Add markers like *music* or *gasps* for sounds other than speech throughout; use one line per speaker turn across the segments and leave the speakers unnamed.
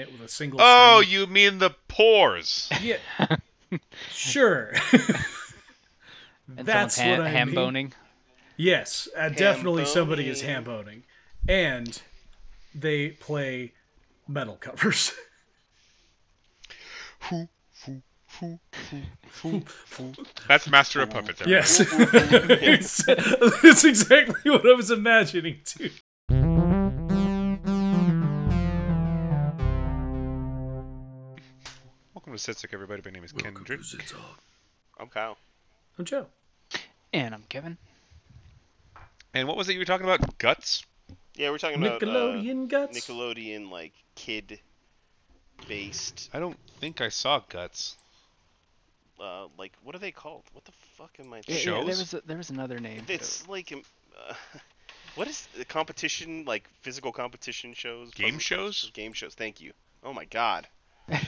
it with a single.
Oh,
string.
you mean the pores?
yeah, sure. *laughs*
And
That's
someone's
what I
ham
mean.
boning.
Yes, uh, definitely somebody is
boning.
ham boning, and they play metal covers. *laughs*
That's Master of Puppets. everybody.
Yes.
*laughs*
It's- *laughs* That's exactly what I was imagining, too.
Welcome to Setsuk, everybody. My name is Kendrick.
I'm Kyle.
I'm Joe.
And I'm Kevin.
And what was it you were talking about? Guts?
Yeah, we're talking about uh,
Nickelodeon guts.
Nickelodeon like kid based
I don't think I saw guts.
uh, like what are they called? What the fuck am I?
Yeah, yeah,
Shows?
there was a, there was another name. for
It's like um, uh, *laughs* what is the competition like physical competition shows?
Game
puzzle
shows?
Game shows. Thank you. Oh my god.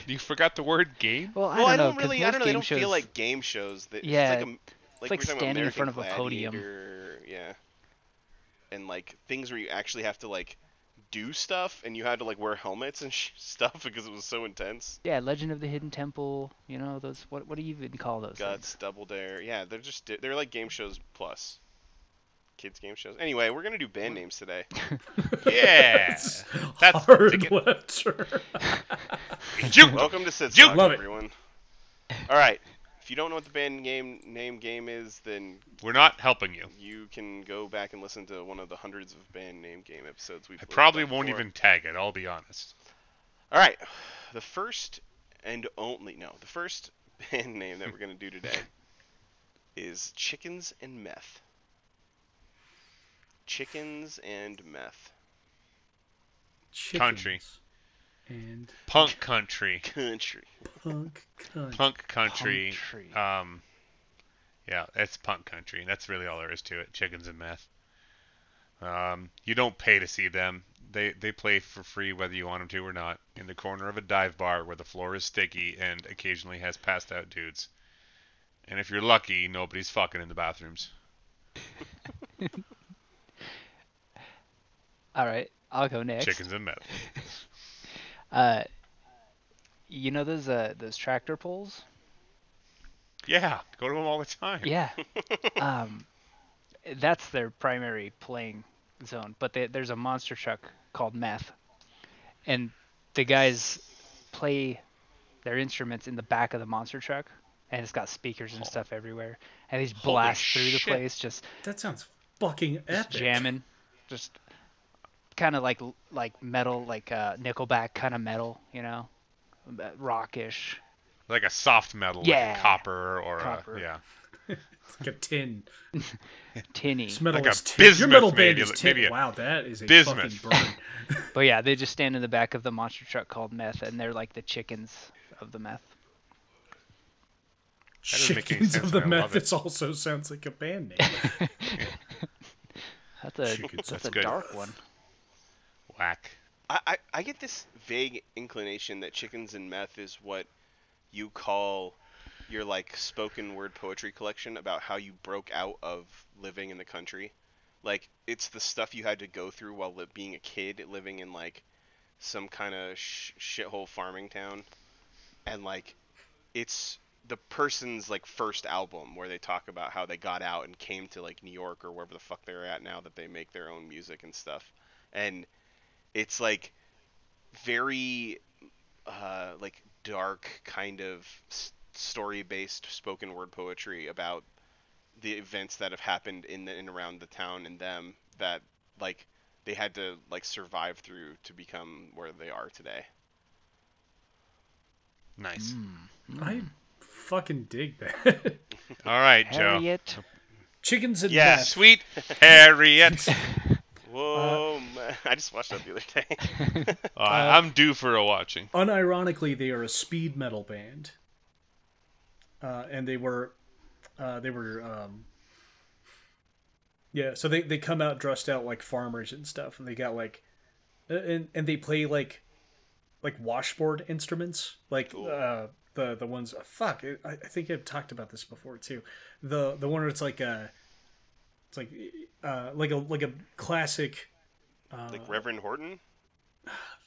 You forgot the word game?
it. Well, I
well,
don't,
I don't
know, 'cause
really. I
most
don't know. They
game
don't feel
shows-
like game shows. That,
Yeah,
It's like, a,
like
like, we were talking about
standing in
American
front of a podium.
Gladiator, Yeah. And like things where you actually have to like do stuff, and you had to like wear helmets and *laughs* sh- stuff because it was so intense.
Yeah, Legend of the Hidden Temple. You know those. What what do you even call those? things?
Guts, Double Dare. Yeah, they're just di- they're like game shows plus. Kids game shows. Anyway, we're gonna do band
*laughs*
names today.
*laughs* Yeah! That's the
Hard
ticket.
lecture.
Juke!
Welcome to Sid's
You-
Talk,
Love it.
everyone. All right. If you don't know what the band game name game is, then
We're not helping you.
you can go back and listen to one of the hundreds of band name game episodes we've.
I probably won't even tag it, I'll be honest.
All right, the first and only no, the first *laughs* band name that we're gonna
*laughs*
do today is Chickens and Meth. Chickens and Meth.
Chickens
Country.
And
Punk country.
Country.
punk country.
Punk country.
Country.
Um, yeah, it's punk country. That's really all there is to it. Chickens and meth. Um, you don't pay to see them. They they play for free whether you want them to or not. In the corner of a dive bar where the floor is sticky and occasionally has passed out dudes. And if you're lucky, nobody's fucking in the bathrooms.
All right, I'll go next.
Chickens and meth.
Uh, you know those uh those tractor poles?
Yeah, go to them all the time. *laughs*
Yeah. um, that's their primary playing zone, but they, there's a monster truck called Meth, and the guys play their instruments in the back of the monster truck, and it's got speakers and stuff everywhere, and they just
Oh. Holy
blast through the
shit.
place, just,
That sounds fucking
just
epic.
jamming, just kind of like like metal, like uh, Nickelback kind of metal, you know, Uh, rockish.
Like a soft metal, like
Yeah.
a copper or
Copper.
a yeah.
It's like a tin.
Tinny.
This metal
Like a
is tin. Your
bismuth,
metal band
maybe,
is
like-
tin.
maybe a
wow, that is a
bismuth.
fucking burn.
But yeah, they just stand in the back of the monster truck called Meth, and they're like the chickens of the Meth.
doesn't make any
Chickens
sense,
of the
but I love
Meth.
it.
It also sounds like a band name.
That's a
Chickens
that's
of
a
the
dark
Meth.
one.
Whack.
I, I I get this vague inclination that Chickens and Meth is what you call your like spoken word poetry collection about how you broke out of living in the country. Like it's the stuff you had to go through while li- being a kid living in like some kind of sh- shithole farming town and like it's the person's like first album where they talk about how they got out and came to like New York or wherever the fuck they're at now that they make their own music and stuff. And it's like very uh, like dark kind of s- story-based spoken word poetry about the events that have happened in the, and around the town and them that like they had to like survive through to become where they are today.
Nice.
Mm.
I fucking dig that. *laughs*
All right, Joe.
Harriet.
Chickens and
Yeah,
Meth.
sweet Harriet.
Whoa, *laughs* man. I just watched that the other day. *laughs*
Uh, I'm due for a watching.
unironically they are a speed metal band uh, and they were uh, they were um, yeah so they, they come out dressed out like farmers and stuff and they got like and and they play like like washboard instruments like uh, the the ones fuck I, I think I've talked about this before too the the one where it's like a it's like uh, like a like a classic
like Reverend Horton?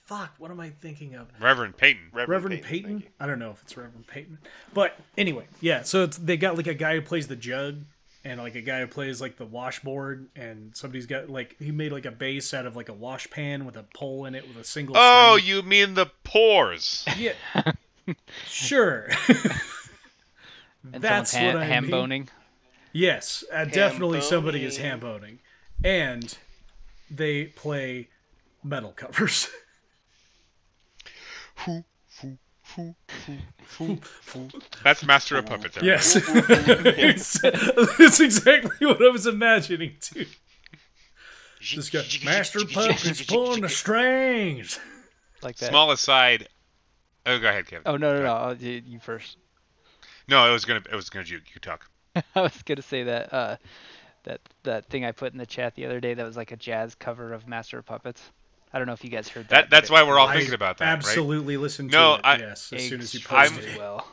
fuck, what am I thinking of?
Reverend Peyton.
Reverend Peyton.
thank you.
I don't know if it's Reverend Peyton, but anyway, yeah. So it's, they got like a guy who plays the jug, and like a guy who plays like the washboard, and somebody's got like he made like a base out of like a wash pan with a pole in it with a single.
Oh,
string.
you mean the pores?
yeah, sure. *laughs*
And
That's
someone's
what I
ham
mean.
boning.
Yes, uh, definitely somebody is
boning.
ham boning, and they play metal covers. *laughs*
That's Master of Puppets. everybody.
Yes. *laughs* It's- That's exactly what I was imagining, too. This guy, Master Puppet's pulling the strings.
Like that.
Small aside. Oh, go ahead, Kevin.
Oh no no no! I'll- You you first. *laughs*
No, it was gonna. It was gonna. You, you talk.
I was gonna say that uh, that that thing I put in the chat the other day that was like a jazz cover of Master of Puppets. I don't know if you guys heard that.
That.
but
That's
it
why we're all
I
thinking about that. Right?
Absolutely listen to
No,
it,
I-
yes, as soon as you
extremely
post it.
well.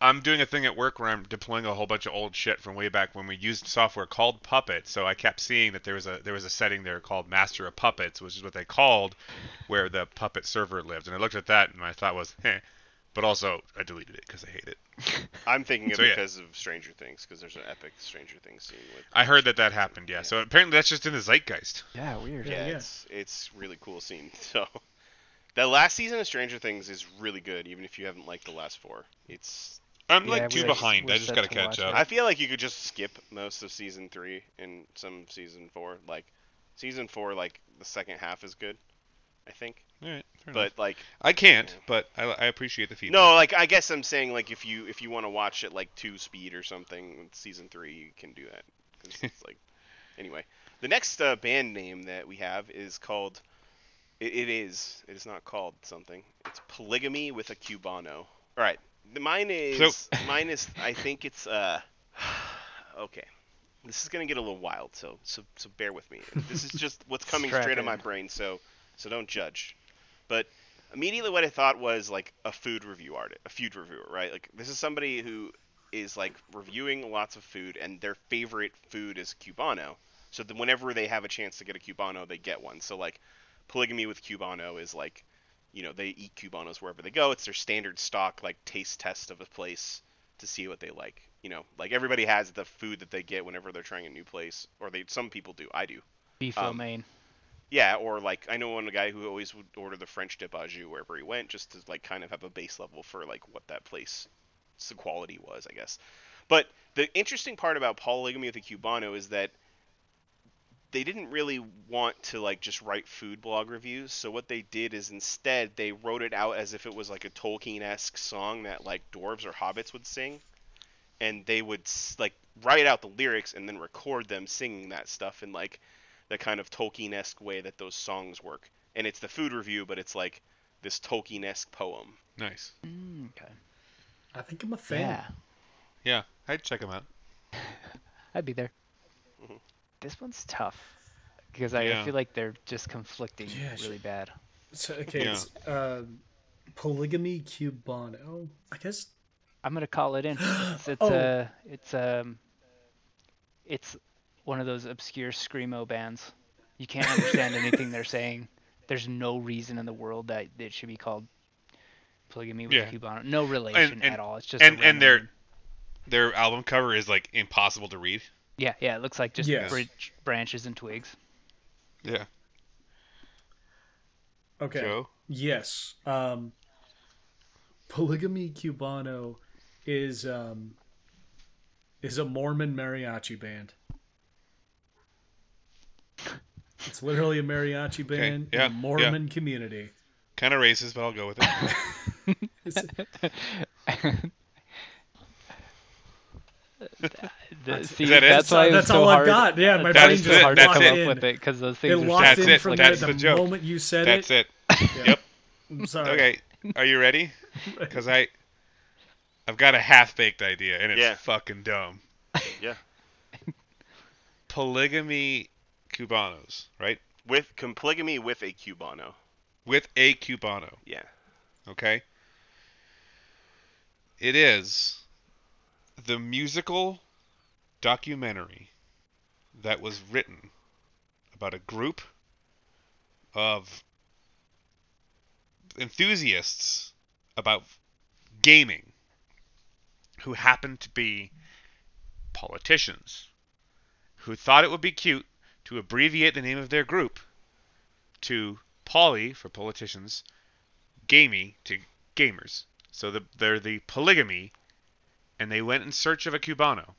I'm doing a thing at work where I'm deploying a whole bunch of old shit from way back when we used software called Puppet. So I kept seeing that there was a there was a setting there called Master of Puppets, which is what they called where the Puppet server lived. And I looked at that and my thought was, heh. But also, I deleted it because I hate it.
I'm thinking of
So, yeah.
because of Stranger Things, because there's an epic Stranger Things scene with.
I heard that that happened. Yeah. So apparently that's just in the zeitgeist.
Yeah, weird.
Yeah,
yeah.
it's it's really cool scene. *laughs* So, that last season of Stranger Things is really good, even if you haven't liked the last four. It's.
I'm
Yeah,
like
we
two
were-
behind.
we're
I just
set
gotta
to
catch
watch
up.
that.
I feel like you could just skip most of season three and some season four. Like, season four, like the second half is good, I think.
All right, fair enough.
But like,
I can't. But I, I appreciate the feedback.
no, like I guess I'm saying like if you if you want to watch it like two speed or something, with season three you can do that. 'Cause it's like, *laughs* anyway, the next uh, band name that we have is called. It, it is. It is not called something. It's polygamy with a cubano. All right. The, mine is. mine is. I think it's. Uh. *sighs* Okay. This is gonna get a little wild, so so so bear with me. This is just what's coming
Strap
straight
in.
out of my brain, so so don't judge. But immediately what I thought was like a food review artist, a food reviewer, right? Like this is somebody who is like reviewing lots of food, and their favorite food is cubano. So then whenever they have a chance to get a cubano, they get one. So like polygamy with cubano is like, you know, they eat cubanos wherever they go. It's their standard stock like taste test of a place to see what they like. You know, like everybody has the food that they get whenever they're trying a new place, or they some people do. I do.
Beef
Um,
um, main.
Yeah, or like I know one guy who always would order the French dip au jus wherever he went, just to like kind of have a base level for like what that place, the quality was, I guess. But the interesting part about polygamy with a Cubano is that they didn't really want to like just write food blog reviews. So what they did is instead they wrote it out as if it was like a Tolkien-esque song that like dwarves or hobbits would sing, and they would s- like write out the lyrics and then record them singing that stuff in like the kind of Tolkien-esque way that those songs work. And it's the food review, but it's like this Tolkien-esque poem.
Nice.
Mm, okay.
I think I'm a fan.
Yeah,
Yeah, I'd check them out.
I'd be there. This one's tough because I
Mm-hmm. Yeah.
feel like they're just conflicting
Yeah, sh-
really bad.
So, okay,
Yeah.
it's uh, polygamy cubano. I guess
I'm gonna call it
*gasps*
in. It's it's
Oh.
uh, it's um it's one of those obscure screamo bands. You can't understand
*laughs*
anything they're saying. There's no reason in the world that it should be called polygamy with
Yeah.
Cubano. No relation
and-
at all. It's just a
And and
random
their
name.
their album cover is like impossible to read.
yeah yeah it looks like just
Yes.
bridge, branches and twigs.
Yeah.
okay. Yes. Um, polygamy cubano is um, is a Mormon mariachi band. It's literally a mariachi band
yeah,
in
yeah.
a Mormon community.
Kind of racist, but I'll go with *laughs* it.
The- see,
that it?
that's why it
That's
was so
all I've
hard-
got. Yeah, my
why
brain
it's so
just
hard to
locked
come
in.
up with it because those
It
things are
locked
That's
in
it,
from
that's
there
the
the,
joke.
moment you said
That's it. Yep.
I'm sorry.
Okay. Are you *laughs* ready? Because I I've got a half baked idea and it's
Yeah.
fucking *laughs* dumb.
Yeah.
Polygamy Cubanos, right?
With com- polygamy with a Cubano.
With a Cubano.
Yeah.
okay? It is the musical documentary that was written about a group of enthusiasts about gaming who happened to be politicians who thought it would be cute to abbreviate the name of their group to poly for politicians, gamey to gamers. So the, they're the polygamy, and they went in search of a cubano,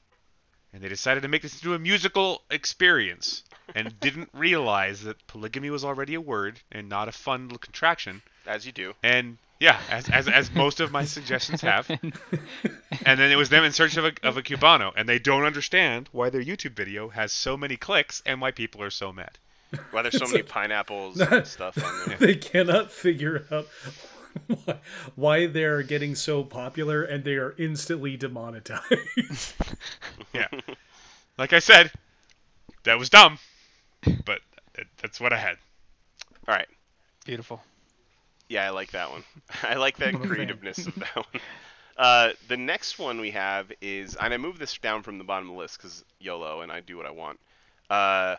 and they decided to make this into a musical experience, and didn't realize that polygamy was already a word and not a fun little contraction.
As you do.
And yeah, as, as, as most of my suggestions have. And then it was them in search of a, of a Cubano, and they don't understand why their YouTube video has so many clicks and why people are so mad.
Why there's so
*laughs*
many pineapples and stuff on there.
*laughs* they cannot figure out why- why they're getting so popular and they are instantly demonetized. *laughs*
Yeah. like I said, that was dumb, but that- that's what I had.
All right.
*laughs* Beautiful.
Yeah, I like that one. *laughs* I like that
I'm a fan.
creativeness of that one. Uh, the next one we have is, and I moved this down from the bottom of the list because YOLO, and I do what I want. Uh,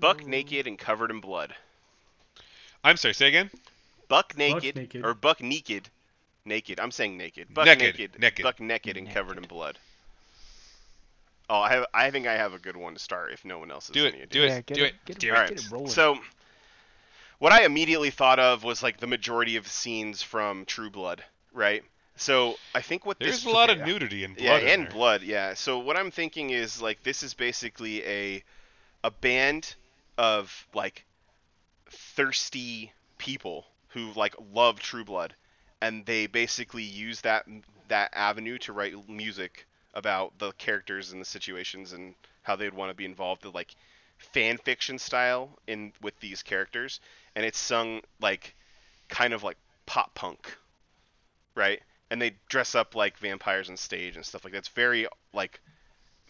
buck naked and covered in blood.
I'm sorry, say again?
Buck naked,
naked.
or buck naked, naked. I'm saying naked. Buck
Naked,
naked,
naked.
buck naked and covered in blood. Oh, I have. I think I have a good one to start. If no one else has
Do
any
it, do it,
get
do it,
it, get it
do
All
it.
right.
right.
rolling.
So, what I immediately thought of was like the majority of scenes from True Blood, right? So I think what
There's
this
a lot of
yeah.
nudity and blood.
Yeah,
in
and
there.
blood. Yeah. So what I'm thinking is like this is basically a a band of like thirsty people who like love True Blood, and they basically use that that avenue to write music about the characters and the situations and how they'd want to be involved with like fan fiction style in with these characters, and it's sung like kind of like pop punk right? And they dress up like vampires on stage and stuff like that. It's very like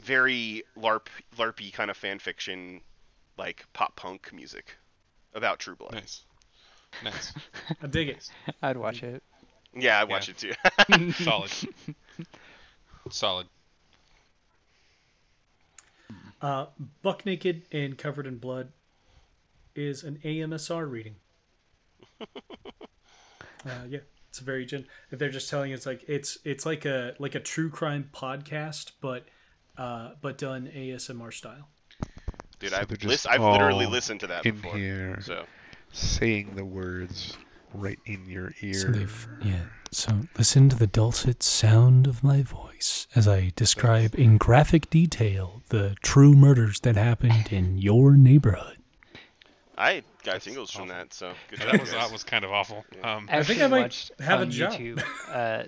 very LARP LARPy kind of fan fiction, like pop punk music about True Blood.
Nice. Nice.
*laughs*
I dig it.
I'd watch it.
Yeah, I watch it
*laughs*
too.
Solid. Solid.
Uh, Buck naked and covered in blood is an AMSR
*laughs*
reading. uh, yeah, it's a very gen. They're just telling it's like it's it's like a like a true crime podcast, but uh, but done ASMR style.
Dude,
So
I've
they're
lis-
just
I've literally
all
listened to that
in
before.
here.
So
saying the words right in your ear.
So they've yeah. So listen to the dulcet sound of my voice as I describe in graphic detail the true murders that happened in your neighborhood.
I got tingles from that. So good job,
That was
guys.
that was kind of awful. Um,
Actually,
I might
watched
have a
on
job.
YouTube, uh,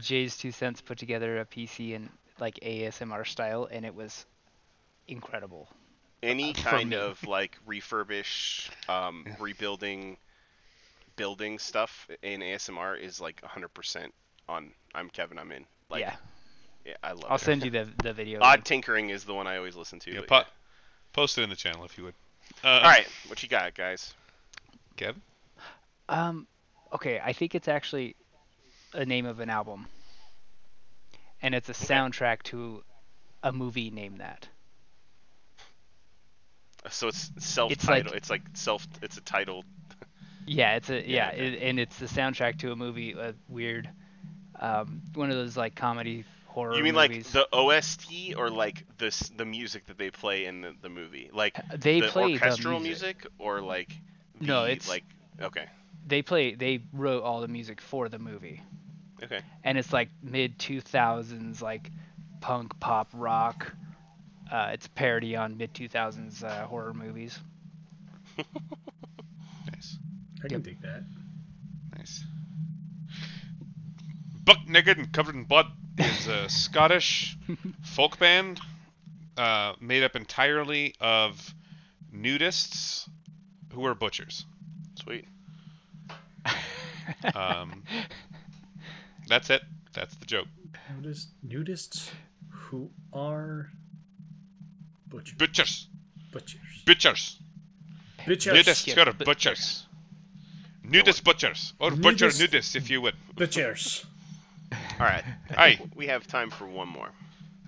Jay's Two Cents put together a PC in like ASMR style, and it was incredible.
Any
for
kind
Uh, me.
of like refurbish, um, rebuilding, building stuff in ASMR is like 100% on. I'm Kevin. I'm in. Like,
yeah,
yeah, I love
I'll
it.
send you the the video.
Odd
link.
Tinkering is the one I always listen to.
yeah,
but
po- post it in the channel if you would. Uh,
yeah. All right, what you got, guys?
Kev?
Um, okay, I think it's actually a name of an album, and it's a soundtrack to a movie named that.
So it's self-titled.
like-
It's like, self. It's a title.
Yeah, it's a yeah,
okay.
it, and it's the soundtrack to a movie, a weird, um, one of those like comedy horror.
You mean like
movies.
the OST or like the s- the music that they play in the, the movie? Like
they
the
play
orchestral
the music.
music. or like the,
No, it's-
like okay,
They play. They wrote all the music for the movie,
okay.
and it's like mid two thousands like punk pop rock. Uh, it's a parody on mid two thousands uh, horror movies.
Nice.
I can dig that.
Nice. Buck Naked and Covered in Blood is a Scottish folk band uh, made up entirely of nudists who are butchers.
Sweet.
Um, that's it. That's the joke.
Nudist, nudists who are butchers.
Butchers.
butchers.
Butchers.
Bitches.
Nudists who are butchers. Nudist butchers. Or butcher
Nudist-
nudists, if you would.
Bitches.
All
*laughs*
right. I
Aye.
think We have time for one more.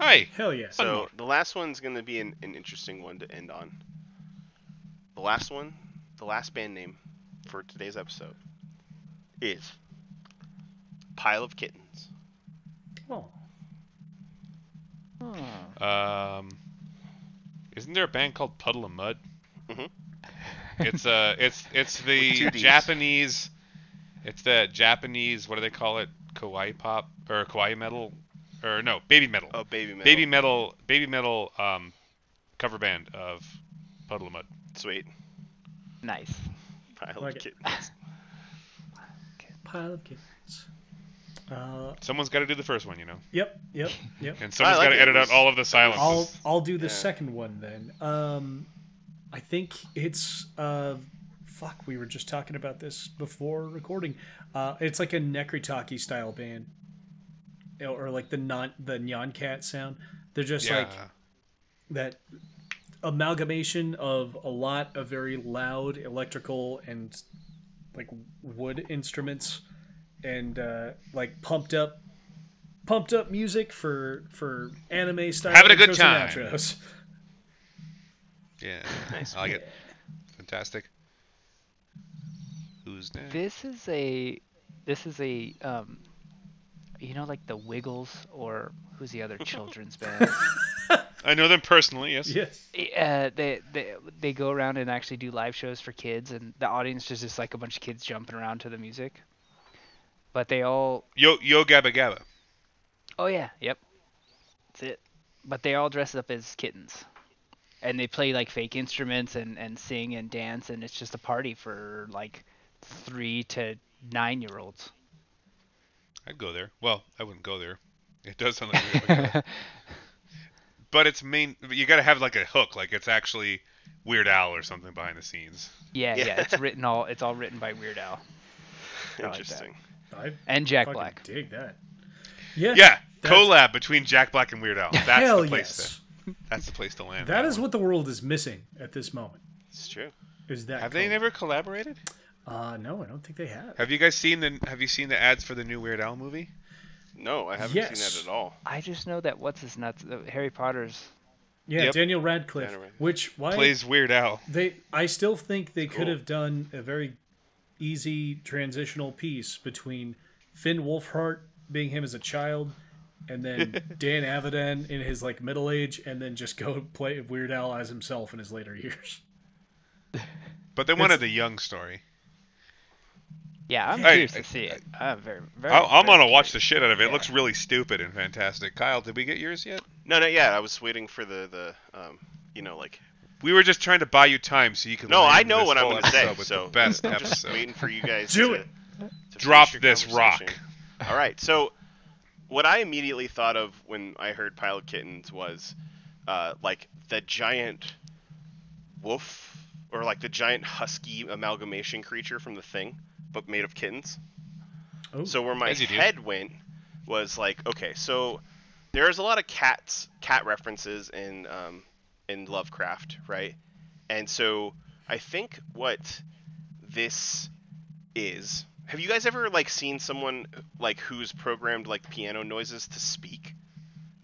Hi.
Hell yeah.
So
more.
the last one's gonna be an, an interesting one to end on. The last one, the last band name for today's episode is pile of kittens.
Oh,
Um, isn't there a band called Puddle of Mud?
Mhm.
Mm-hmm. It's uh, it's *laughs* it's
two
the
Ds.
Japanese, it's the Japanese. What do they call it? Kawaii pop or kawaii metal, or no, baby metal.
Oh, baby metal.
Baby metal, baby metal, um, cover band of Puddle of Mud.
Sweet.
Nice.
Pile
Like
of
it.
kittens.
pile of kittens. Uh,
Someone's got to do the first one, you know,
yep, yep, yep.
and someone's
like
got to
it.
edit
It
out
was-
all of the silences.
I'll I'll do the
Yeah.
second one then. Um, I think it's uh, fuck. We were just talking about this before recording. Uh, it's like a Nekritaki style band, You know, or like the non the Nyan Cat sound. They're just like
Yeah.
that amalgamation of a lot of very loud electrical and like wood instruments and uh, like pumped up pumped up music for for anime style
Having a good
intros and
time.
outros. *laughs*
Yeah, I like it. Fantastic. Who's next?
This is a, this is a, um, you know, like the Wiggles or who's the
*laughs*
other children's band?
I know them personally. Yes.
Yes.
uh, they, they they go around and actually do live shows for kids, and the audience is just like a bunch of kids jumping around to the music. But they all,
Yo Yo Gabba Gabba.
oh yeah, yep, that's it. But they all dress up as kittens, and they play like fake instruments and and sing and dance, and it's just a party for like three to nine year olds.
I'd go there. Well, I wouldn't go there. It does sound like. weird, but go. but it's main. but You gotta have like a hook. Like it's actually Weird Al or something behind the scenes.
Yeah, yeah,
Yeah.
it's written all it's all written by Weird Al like that.
Interesting.
I
and Jack
fucking
Black.
dig that. Yeah.
Yeah,
*laughs* That's-
collab between Jack Black and Weird Al. That's
Hell
the place.
yes.
To, that's the place to land.
That is
one.
what the world is missing at this moment.
It's true.
Is that
Have they
cool.
never collaborated?
Uh, no, I don't think they have.
Have you guys seen the Have you seen the ads for the new Weird Al movie?
No, I haven't
Yes.
seen that at all.
I just know that what's his nuts, uh, Harry Potter's.
Yeah,
Yep.
Daniel Radcliffe.
Daniel Radcliffe.
Which why
Plays Weird Al.
they i still think they could
Cool.
have done a very easy transitional piece between finn wolfhart being him as a child and
*laughs*
then dan avedon in his like middle age and then just go play weird al as himself in his later years *laughs*
But they wanted the young story.
Yeah, I'm
Hey,
curious
I-
to see it. I'm very,
Oh,
very.
I, I'm
very
gonna watch
curious.
the shit out of it. It
Yeah.
looks really stupid and fantastic. Kyle, did we get yours yet?
No, not yet. I was waiting for the the um, you know, like
We were just trying to buy you time so you could.
No,
land
I know
this
what I'm
whole
gonna say.
episode With
So
the best
I'm just
episode.
waiting for you guys.
Do
to,
it.
to
Drop
finish your
this rock.
conversation. All right. So, what I immediately thought of when I heard Pilot Kittens was, uh, like the giant wolf or like the giant husky amalgamation creature from the Thing, but made of kittens.
oh
So where my
As you do.
head went was like, okay, so there's a lot of cats, cat references in um, in Lovecraft, right? And so I think what this is. Have you guys ever like seen someone like who's programmed like piano noises to speak?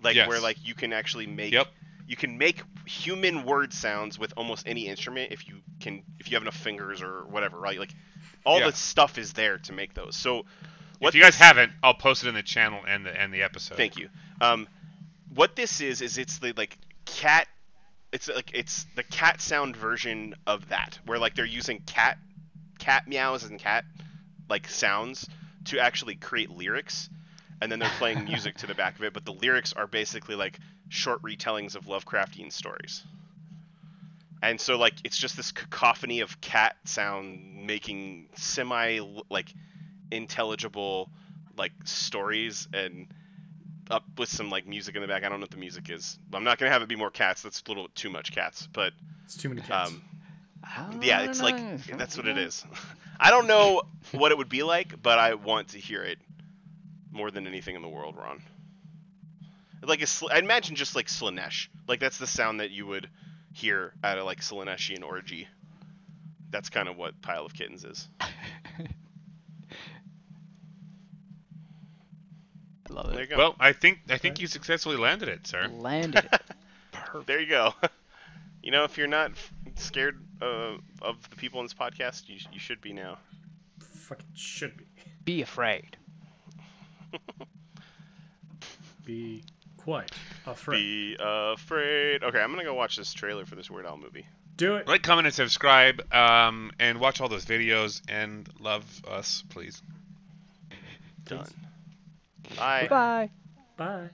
Like
Yes.
where like you can actually make
Yep.
you can make human word sounds with almost any instrument if you can if you have enough fingers or whatever, right? Like all
Yeah.
the stuff is there to make those. So what
if you guys
this-
haven't, I'll post it in the channel and the and the episode.
Thank you. Um, what this is is it's the like cat. It's like it's the cat sound version of that, where like they're using cat, cat meows and cat like sounds to actually create lyrics, and then they're playing music to the back of it. But the lyrics are basically like short retellings of Lovecraftian stories. And so like it's just this cacophony of cat sound making semi like intelligible like stories and up with some like music in the back. I don't know what the music is. I'm not gonna have it be more cats. That's a little too much cats. But
it's too many cats
um,
I don't
yeah, it's like
know.
that's what it is. *laughs* I don't know what it would be like, but I want to hear it more than anything in the world, Ron. Like a sl- I imagine just like Slanesh. Like that's the sound that you would hear at a like Slaneshian orgy. That's kind of what pile of kittens is.
I *laughs* love
There you
it.
go.
Well, I think I think you successfully landed it, sir.
Landed. it.
There you go. *laughs* You know, if you're not f- scared uh, of the people in this podcast, you, you should be now.
fucking should be
Be afraid.
Be quite afraid.
Be afraid. Okay, I'm gonna go watch this trailer for this Weird Al movie.
Do it.
Like, comment, and subscribe, um, and watch all those videos, and love us, please.
please.
Bye.
Bye.
Bye.